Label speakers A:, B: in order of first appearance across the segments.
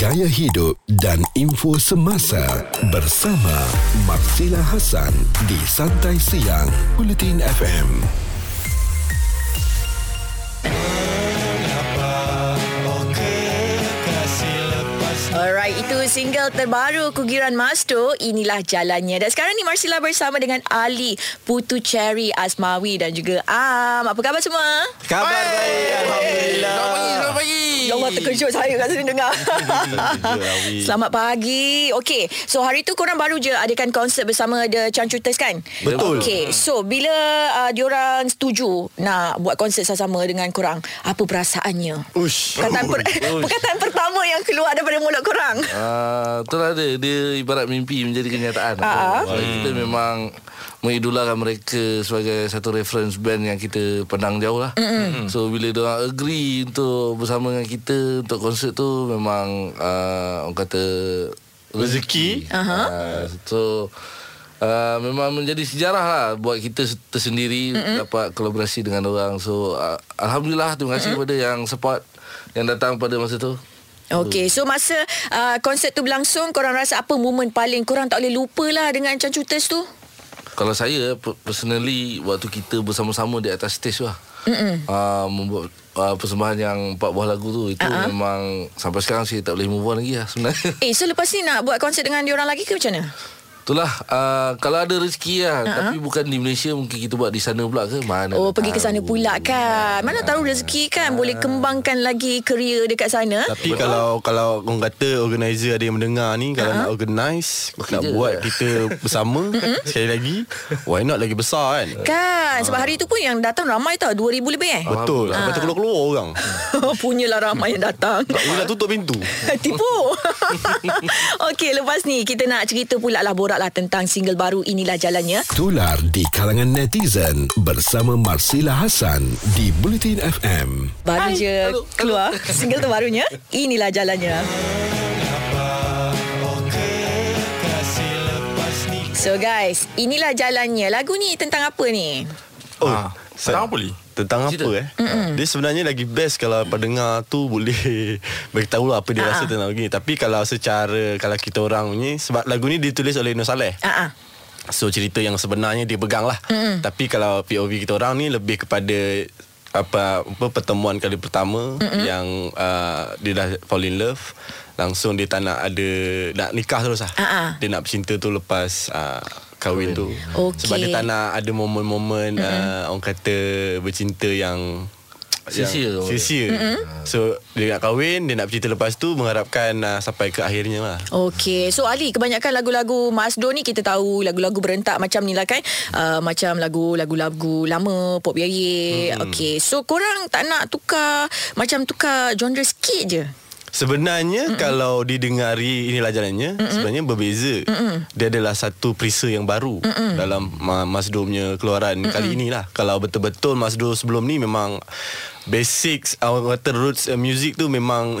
A: gaya hidup dan info semasa bersama Marsila Hasan di Santai Siang Buletin FM.
B: Alright, itu single terbaru Kugiran Masto. Inilah jalannya. Dan sekarang ni Marsila bersama dengan Ali, Putu Cherry, Asmawi dan juga Am. Apa khabar semua?
C: Khabar baik Alhamdulillah
D: Selamat pagi, selamat pagi.
B: Ya Allah terkejut saya kat sini dengar.
C: Awi.
B: Selamat pagi. Okey, so hari tu korang baru je adakan konsert bersama The Chanchuters kan?
C: Betul.
B: Okey, so bila uh, diorang setuju nak buat konsert sama-sama dengan korang, apa perasaannya?
C: Ush
B: Perkataan, per- perkataan pertama yang keluar daripada mulut korang.
D: Ah, itulah dia Dia ibarat mimpi menjadi kenyataan
B: Ah, ah.
D: So, Kita memang mengidolakan mereka sebagai satu reference band yang kita pandang jauh lah mm-hmm. So bila diorang agree untuk bersama dengan kita Untuk konsert tu memang ah, orang kata
C: Rezeki.
D: Ah, So Uh, memang menjadi sejarah lah buat kita se- tersendiri mm-hmm. dapat kolaborasi dengan orang so uh, alhamdulillah terima kasih mm-hmm. kepada yang support yang datang pada masa tu
B: Okey, so masa uh, konsert tu berlangsung, korang rasa apa momen paling korang tak boleh lupa lah dengan Chanchuters tu?
D: Kalau saya per- personally waktu kita bersama-sama di atas stage tu lah. Uh, membuat uh, persembahan yang empat buah lagu tu itu uh-huh. memang sampai sekarang saya tak boleh move on lagi lah sebenarnya.
B: Eh, so lepas ni nak buat konsert dengan diorang lagi ke macam mana?
D: Itulah uh, kalau ada rezeki lah uh-huh. tapi bukan di Malaysia mungkin kita buat di sana pula ke mana.
B: Oh,
D: nak
B: pergi ke sana
D: tahu.
B: pula kan. Mana tahu rezeki kan boleh kembangkan lagi kerja dekat sana.
C: Tapi kalau kalau orang kata organizer ada yang mendengar ni kalau nak organize nak
D: je.
C: buat kita bersama sekali lagi why not lagi besar kan?
B: Kan, sebab hari tu pun yang datang ramai tau, 2,000 lebih eh.
C: Betul. Sampai terkeluar-keluar orang.
B: Punyalah ramai yang datang.
C: Tak boleh nak tutup pintu.
B: Tipu Okey lepas ni Kita nak cerita pula lah Borak lah tentang single baru Inilah jalannya
A: Tular di kalangan netizen bersama Marsila Hasan di Buletin FM.
B: Baru je keluar single terbarunya. Inilah jalannya. So guys, inilah jalannya. Lagu ni tentang apa ni?
C: Oh,
E: Ah, tentang apa ni?
C: Tentang
D: Cerita.
C: apa eh? Mm-mm. Dia sebenarnya lagi best kalau pendengar tu boleh beritahu lah apa
B: Ah,
C: dia rasa
B: ah.
C: tentang lagu ni. Tapi kalau secara kalau kita orang ni sebab lagu ni ditulis oleh Nur Saleh.
B: Ah ah.
C: So cerita yang sebenarnya dia pegang lah mm. Tapi kalau POV kita orang ni Lebih kepada apa, apa pertemuan kali pertama Mm-mm. Yang uh, dia dah fall in love Langsung dia tak nak ada Nak nikah terus lah
B: Ah, ah.
C: Dia nak bercinta tu lepas uh, kahwin tu
B: Okey.
C: Sebab dia tak nak ada momen-momen uh, Orang kata bercinta yang
D: Sincere.
C: yang Sincere mm-hmm. So dia nak kahwin Dia nak bercinta lepas tu Mengharapkan uh, sampai ke akhirnya lah
B: Okey, so Ali kebanyakan lagu-lagu Mas Do ni kita tahu lagu-lagu berentak macam ni lah kan. Uh, macam lagu-lagu lagu lama, pop yeye. Hmm. Okey, so korang tak nak tukar macam tukar genre sikit je.
C: Sebenarnya mm-hmm. kalau didengari inilah jalannya mm-hmm. sebenarnya berbeza. Mm-hmm. Dia adalah satu perisa yang baru mm-hmm. dalam Ma- Mas Do punya keluaran mm-hmm. kali inilah. Kalau betul-betul Mas Do sebelum ni memang basics orang kata roots uh, music tu memang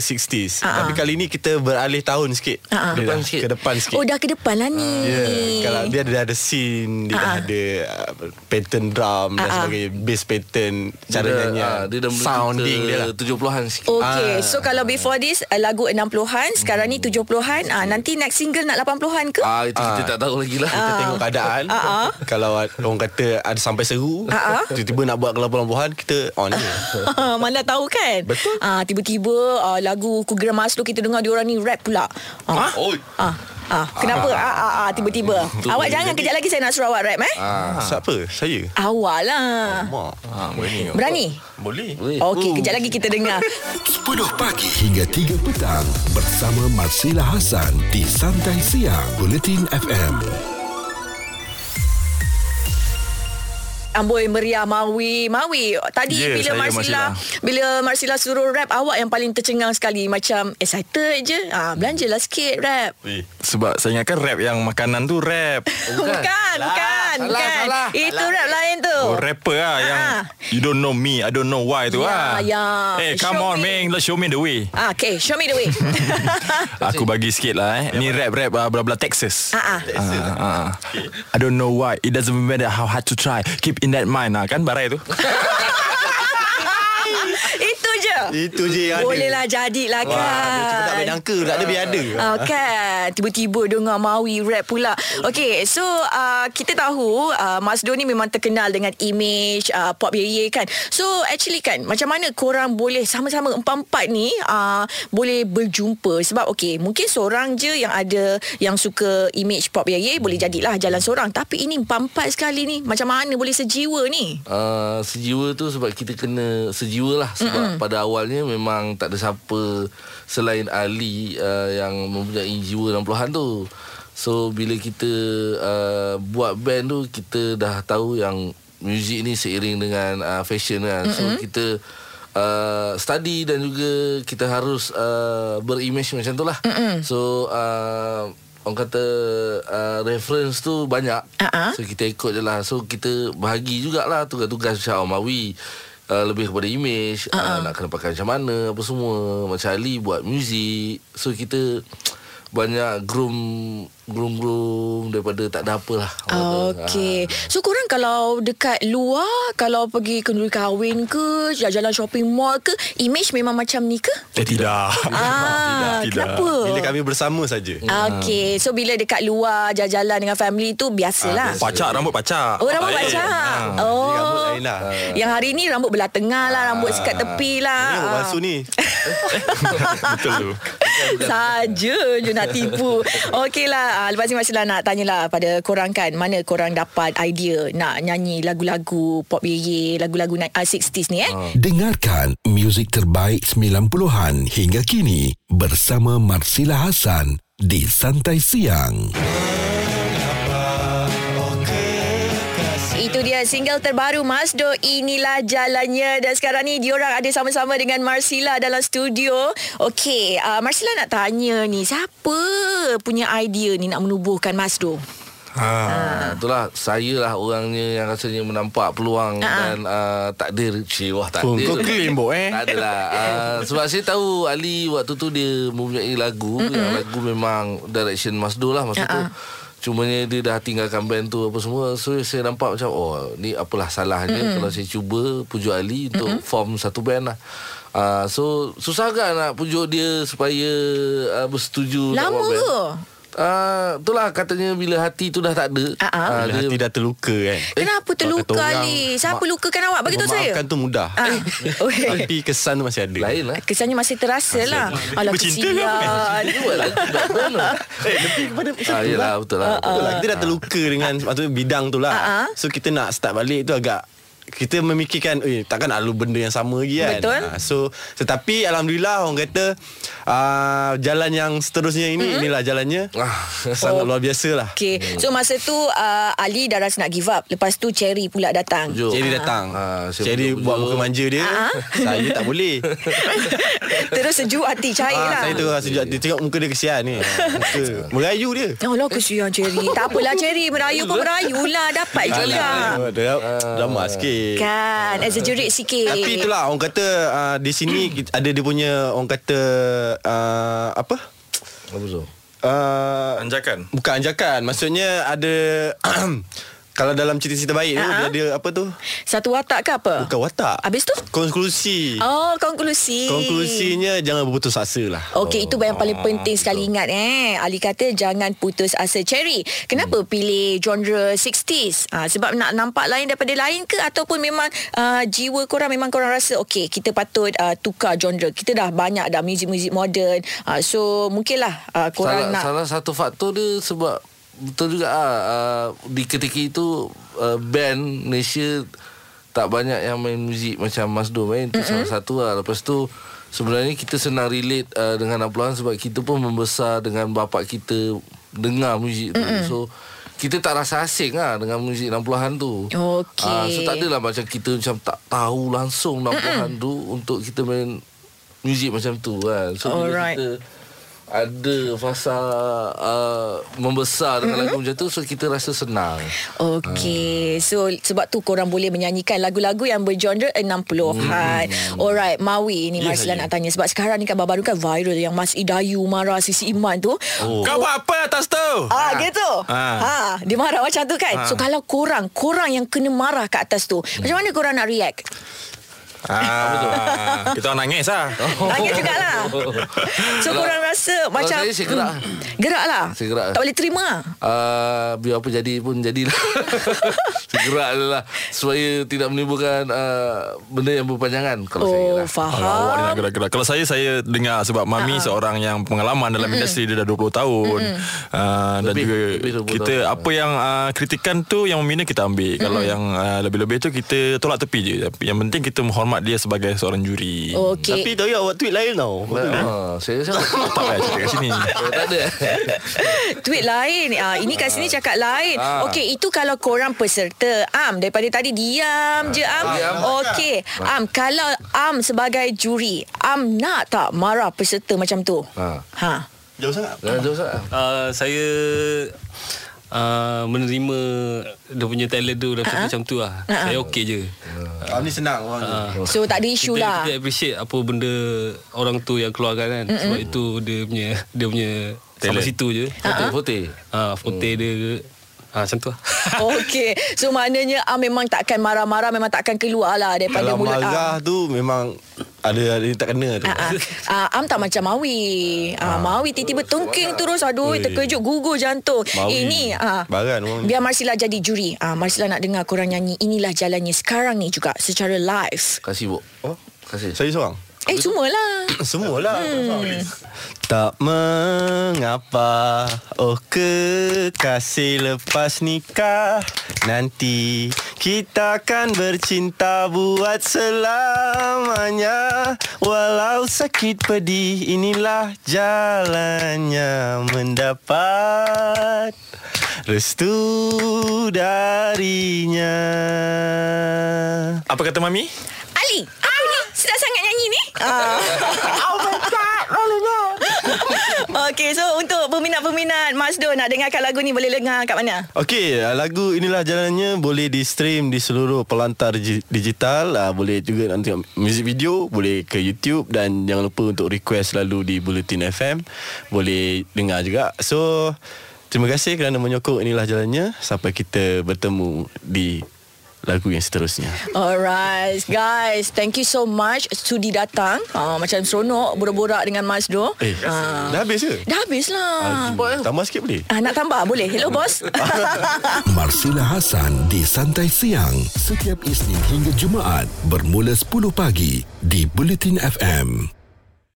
B: Ah,
C: 60s.
B: ah.
C: Tapi kali ni kita beralih tahun sikit.
B: Ah, ah.
C: Dia
D: Depan
C: dah
D: sikit.
C: Ke depan sikit.
B: Oh, dah ke depan lah ni.
C: Ya, yeah, kalau dia dah ada scene, dia dah
B: Ah, ah.
C: ada uh, pattern drum dan
B: Ah, ah.
C: sebagainya, bass pattern,
D: Dia
C: cara
D: dah,
C: nyanyian,
D: ah, dia dah
C: sounding dia lah.
D: 70-an sikit.
B: Okay, ah.
C: Ah.
B: so kalau before this uh, lagu 60-an, sekarang ni 70-an, ah nanti next single nak 80-an ke?
D: Ah itu kita
C: Ah.
D: tak tahu lagi lah.
C: kita tengok keadaan
B: Ah, ah.
C: kalau ad- orang kata ada sampai seru
B: Ah, ah.
C: tiba-tiba nak buat kelompokan kita "Oh, on je
B: Mana tahu kan? Betul. Ah tiba-tiba ah, lagu Kugira Maslu kita dengar diorang ni rap pula.
E: Ha?
B: Ah.
D: Oh.
B: Ah. Ah, kenapa? Ah, ah, ah tiba-tiba. Awak jangan kejap lagi saya nak suruh awak rap eh.
C: ah. siapa saya
B: Awak lah.
C: mak
E: Ha, boleh ni.
B: Berani?
E: Boleh.
D: Boleh.
B: Okey, kejap lagi kita dengar.
A: 10 pagi hingga 3 petang bersama Marsila Hasan di Santai Siang Buletin FM.
B: Amboi meriah Mawi. Mawi, tadi
E: Ya,
B: yeah, bila
E: saya
B: Marsila, Marsila bila Marsila suruh rap awak yang paling tercengang sekali macam excited je. Ah, belanjalah sikit rap.
E: Sebab saya ingatkan rap yang makanan tu rap.
B: Bukan, bukan, bukan.
D: Salah,
B: bukan.
D: salah.
B: Itu rap lain tu.
E: Oh, rapper lah yang
B: Ah.
E: You don't know me, I don't know why tu
B: Ya,
E: lah
B: ya.
E: Eh, come
B: Show
E: on man,
B: me.
E: let's show me the way
B: Ah, okay, show me the way.
E: Aku bagi sikit lah eh Ni rap-rap uh, bla-bla Texas
B: ah, ah.
E: Ah, ah. I don't know why It doesn't matter how hard to try Keep in that mind ah, Kan barai tu
B: Itu je. lah
C: Itu je yang ada.
B: Boleh lah jadilah
C: Wah, dia cuma tak
B: kan
C: main angka pula. Dia biar ada.
B: Ah, kan Tiba-tiba dengar Mawi rap pula Okay so uh, Kita tahu uh, Mas Do ni memang terkenal dengan image uh, Pop Yeye kan So actually kan Macam mana korang boleh Sama-sama empat-empat ni uh, Boleh berjumpa Sebab okay Mungkin seorang je yang ada Yang suka image Pop Yeye Boleh jadilah jalan seorang Tapi ini empat-empat sekali ni Macam mana boleh sejiwa ni
D: Uh, sejiwa tu sebab kita kena sejiwa lah sebab Mm-mm. pada awalnya memang tak ada siapa selain Ali uh, yang mempunyai jiwa 60-an tu. So bila kita uh, buat band tu kita dah tahu yang muzik ni seiring dengan uh, fashion kan. Mm-mm. So kita uh, study dan juga kita harus uh, berimage macam tu lah. Mm-mm. So uh, orang kata uh, reference tu banyak.
B: Ah-ah.
D: So kita ikut je lah So kita bahagi jugalah Tugas-tugas macam Amawi uh, Lebih kepada image uh-uh. uh, Nak kena pakai macam mana Apa semua Macam Ali buat muzik So kita Banyak groom Groom-groom Daripada tak ada apa lah orang kata.
B: Okay ah, So korang kalau dekat luar Kalau pergi kenduri kahwin ke Jalan-jalan shopping mall ke Image memang macam ni ke?
E: Eh tidak.
B: Ah,
E: Tidak.
B: Kenapa?
C: Bila kami bersama saja.
B: Ah, Okay So bila dekat luar Jalan-jalan dengan family tu Biasalah
C: Ah, biasa.
E: Pacak rambut pacak.
B: Oh rambut
E: Lain.
B: macam
E: Ah.
C: Jadi rambut
B: Oh
C: lain lah.
B: Yang hari ni rambut belah tengah lah Rambut sikat tepi lah
C: Ah. Ini kan, rambut palsu ni.
E: Betul tu.
B: Saja je nak tipu Okey lah ah, Lepas ni masih lah nak tanyalah Pada korang kan Mana korang dapat idea Nak nyanyi lagu-lagu Pop Yeye Lagu-lagu ni- ah, 60s ni eh
A: Dengarkan muzik terbaik 90-an hingga kini bersama Marsila Hasan di Santai Siang.
B: Itu dia single terbaru Masdo Inilah jalannya Dan sekarang ni diorang ada sama-sama dengan Marsila dalam studio Okey uh, Marsila nak tanya ni Siapa punya idea ni nak menubuhkan Masdo?
D: Ah, itulah saya lah orangnya yang rasanya menampak peluang uh-huh. dan uh, takdir Cik, wah takdir.
C: Oh, kau claim, Bok, eh?
D: Tak adalah. Uh, sebab saya tahu Ali waktu tu dia mempunyai lagu Mm-mm. yang lagu memang direction Masdo lah masa uh-huh. tu. Cumanya dia dah tinggalkan band tu apa semua So saya nampak macam Oh ni apalah salahnya mm-hmm. Kalau saya cuba pujuk Ali Untuk mm-hmm. form satu band lah uh, So susah kan nak pujuk dia Supaya uh, bersetuju nak
B: Lama
D: buat band.
B: ke?
C: Eh,
D: Ah, itulah katanya bila hati tu dah tak ada.
B: Ah, ah.
D: ah,
C: Bila
D: dia-
C: hati dah terluka kan.
B: Kenapa terluka
C: kata orang,
B: Ali? Siapa
C: ma-
B: lukakan awak? Bagi tahu saya.
C: Memaafkan tu mudah. Eh,
B: Ah, okey.
C: Tapi kesan tu masih ada.
D: lain lah.
B: Kesannya masih terasa lah Alah
E: Bercinta
B: kesian
D: Dia buat lagu buat band lah.
C: Eh, lebih kepada pasal
D: Ah,
C: tu
D: yelah,
C: lah.
D: betul lah.
C: Betul lah. Kita dah terluka dengan maksudnya bidang tu lah.
B: Ah, ah.
C: So kita nak start balik tu agak kita memikirkan eh takkan ada benda yang sama lagi kan.
B: Betul.
C: Ah, so tetapi alhamdulillah orang kata uh, jalan yang seterusnya ini mm-hmm. inilah jalannya.
D: Ah.
B: Oh.
C: Sangat luar biasa lah.
B: Okay So masa tu uh, Ali dah rasa nak give up Lepas tu Cherry pula datang
D: Pujuk.
C: Cherry datang.
D: Ah, saya
C: Cherry
D: pujuk-pujuk.
C: buat muka manja dia.
B: Ah,
C: Saya tak boleh.
B: Terus sejuk hati Cair
C: ah,
B: lah
C: saya terus sejuk hati. Tengok muka dia kesian
D: Ah,
C: ni. Muka merayu dia.
B: Oh lah kesian Cherry Tak apalah Cherry Merayu pun merayu lah Dapat juga
C: Ah, Dia drama sikit.
B: Kan Exaggerate sikit
C: Tapi itulah orang kata uh, di sini kita- ada dia punya orang kata uh, apa?
D: Apa tu?
C: Uh,
E: Anjakan.
C: bukan anjakan. Maksudnya ada kalau dalam cerita-cerita baik tu
B: Ha-ha.
C: dia ada apa tu?
B: Satu watak ke apa
C: Bukan watak.
B: Habis tu
C: Konklusi.
B: Oh konklusi
C: Konklusinya jangan berputus asa lah.
B: Okey itu yang paling penting sekali ingat eh Ali kata jangan putus asa Cherry Kenapa hmm. pilih genre 60s ha, Sebab nak nampak lain daripada lain ke Ataupun memang uh, jiwa korang memang korang rasa Okey kita patut uh, tukar genre Kita dah banyak dah muzik-muzik moden uh, So mungkinlah uh, korang
D: Salah,
B: nak
D: salah satu faktor dia sebab betul juga ah, ah di ketika itu ah, band Malaysia tak banyak yang main muzik macam Masdo main itu salah satu lah. Lepas tu sebenarnya kita senang relate ah, dengan Apluan sebab kita pun membesar dengan bapak kita dengar muzik tu. So kita tak rasa asing lah dengan muzik 60-an tu.
B: Okey.
D: Ah, so tak adalah macam kita macam tak tahu langsung 60-an tu untuk kita main muzik macam tu kan. So bila
B: Alright.
D: kita ada fasa uh, membesar dengan mm-hmm. lagu macam tu so kita rasa senang. Ah.
B: Okey, so sebab tu korang boleh menyanyikan lagu-lagu yang bergenre
D: Hmm.
B: 60-an. Alright, Mawi ni
C: Ya,
B: Marsila
C: saya.
B: nak tanya sebab sekarang ni kan baru-baru kan viral yang Mas Idayu marah Sisi Iman tu.
E: Oh. Kau buat apa atas tu?
B: Ah, gitu. Ha.
E: Ha.
B: dia marah macam
D: Ah. Hmm.
B: tu kan. So kalau korang, korang yang kena marah kat atas tu, macam mana korang nak react?
E: Ah, kita orang nangis lah.
C: Oh.
B: Nangis jugalah. So
D: Oh. Kalau-
B: korang rasa
D: kalau
B: macam
D: saya, saya gerak.
B: Gerak lah
D: Saya gerak.
B: Tak boleh terima lah
D: Uh, biar apa jadi pun jadilah Segera lah Supaya tidak menimbulkan uh, Benda yang berpanjangan Kalau saya
B: Oh
D: lah
E: Alah, awak ni nak
B: faham Ha,
E: gerak-gerak. Kalau saya saya dengar sebab mami uh-huh. seorang yang pengalaman dalam mm-hmm. industri dia dah 20 tahun. Mm-hmm. Uh, dan
D: Lebih-
E: juga
D: lebih 20
E: kita
D: tahun.
E: apa yang uh, kritikan tu yang membina kita ambil. Mm-hmm. Kalau yang uh, lebih-lebih tu kita tolak tepi je. Tapi Yang penting kita menghormat dia sebagai seorang juri.
B: Okay
C: Tapi tahu tak awak tweet lain tau.
D: Ah, Saya saya
E: eh? Tak payah cakap kat sini.
D: Oh, Tak ada
B: Tweet lain ah, Ini kat sini cakap lain
D: Ah.
B: Okey itu kalau korang peserta Am daripada tadi diam je Am
D: Ah, Diam. Ah.
B: Okey Am kalau Am sebagai juri Am nak tak marah peserta macam tu
D: Ah.
B: Ha
C: Jauh sangat.
D: Jangan jauh sangat
F: uh, saya uh, menerima dia punya talent tu dan uh-huh. macam tu lah. Uh-huh. Saya okey je.
C: Am Ah, ni senang orang ni.
B: So tak ada isu
F: kita,
B: lah
F: kita appreciate apa benda orang tu yang keluarkan kan. Mm-mm. Sebab itu dia punya dia punya sampai situ je.
D: Putih putih
F: Ah uh, forte dia ah macam tu lah.
B: Okey So maknanya Am memang takkan marah-marah Memang takkan keluar lah Daripada
C: Kalau
B: mulut Am
C: marah tu memang ada ada yang tak kena tu.
B: Ah, ah. Ah, am tak macam Mawi. Ah, Mawi tiba-tiba tungking terus. Aduh, terkejut gugur jantung.
C: Mawi.
B: Ini ah.
C: Baran orang ni.
B: Biar Marsila jadi juri. Ah, Marsila nak dengar korang nyanyi. Inilah jalannya sekarang ni juga secara live.
D: Kasih bu
C: Oh,
D: Kasih
C: saya seorang.
B: Eh, semualah.
C: Semualah Hmm. Tak mengapa Oh kekasih lepas nikah Nanti kita akan bercinta buat selamanya Walau sakit pedih inilah jalannya Mendapat restu darinya
E: Apa kata mami?
B: Ali, apa ni? Sedap sangat nyanyi ni. Ah. Okey, so untuk peminat-peminat Masdo nak dengarkan lagu ni boleh dengar kat mana?
C: Okey, uh, lagu inilah jalannya boleh di stream di seluruh pelantar digi- digital, uh, boleh juga nanti tengok music video, boleh ke YouTube dan jangan lupa untuk request selalu di Bulletin FM. Boleh dengar juga. So, terima kasih kerana menyokong inilah jalannya sampai kita bertemu di lagu yang seterusnya.
B: Alright guys Thank you so much Sudi datang uh, Macam seronok Borak-borak dengan Mas Do
C: Eh,
B: Ah.
C: dah habis ke?
B: Dah habis lah
C: Tambah sikit boleh?
B: Ah, nak tambah boleh? Hello bos
A: Marsila Hasan di Santai Siang setiap Isnin hingga Jumaat bermula 10 pagi di Bulletin FM.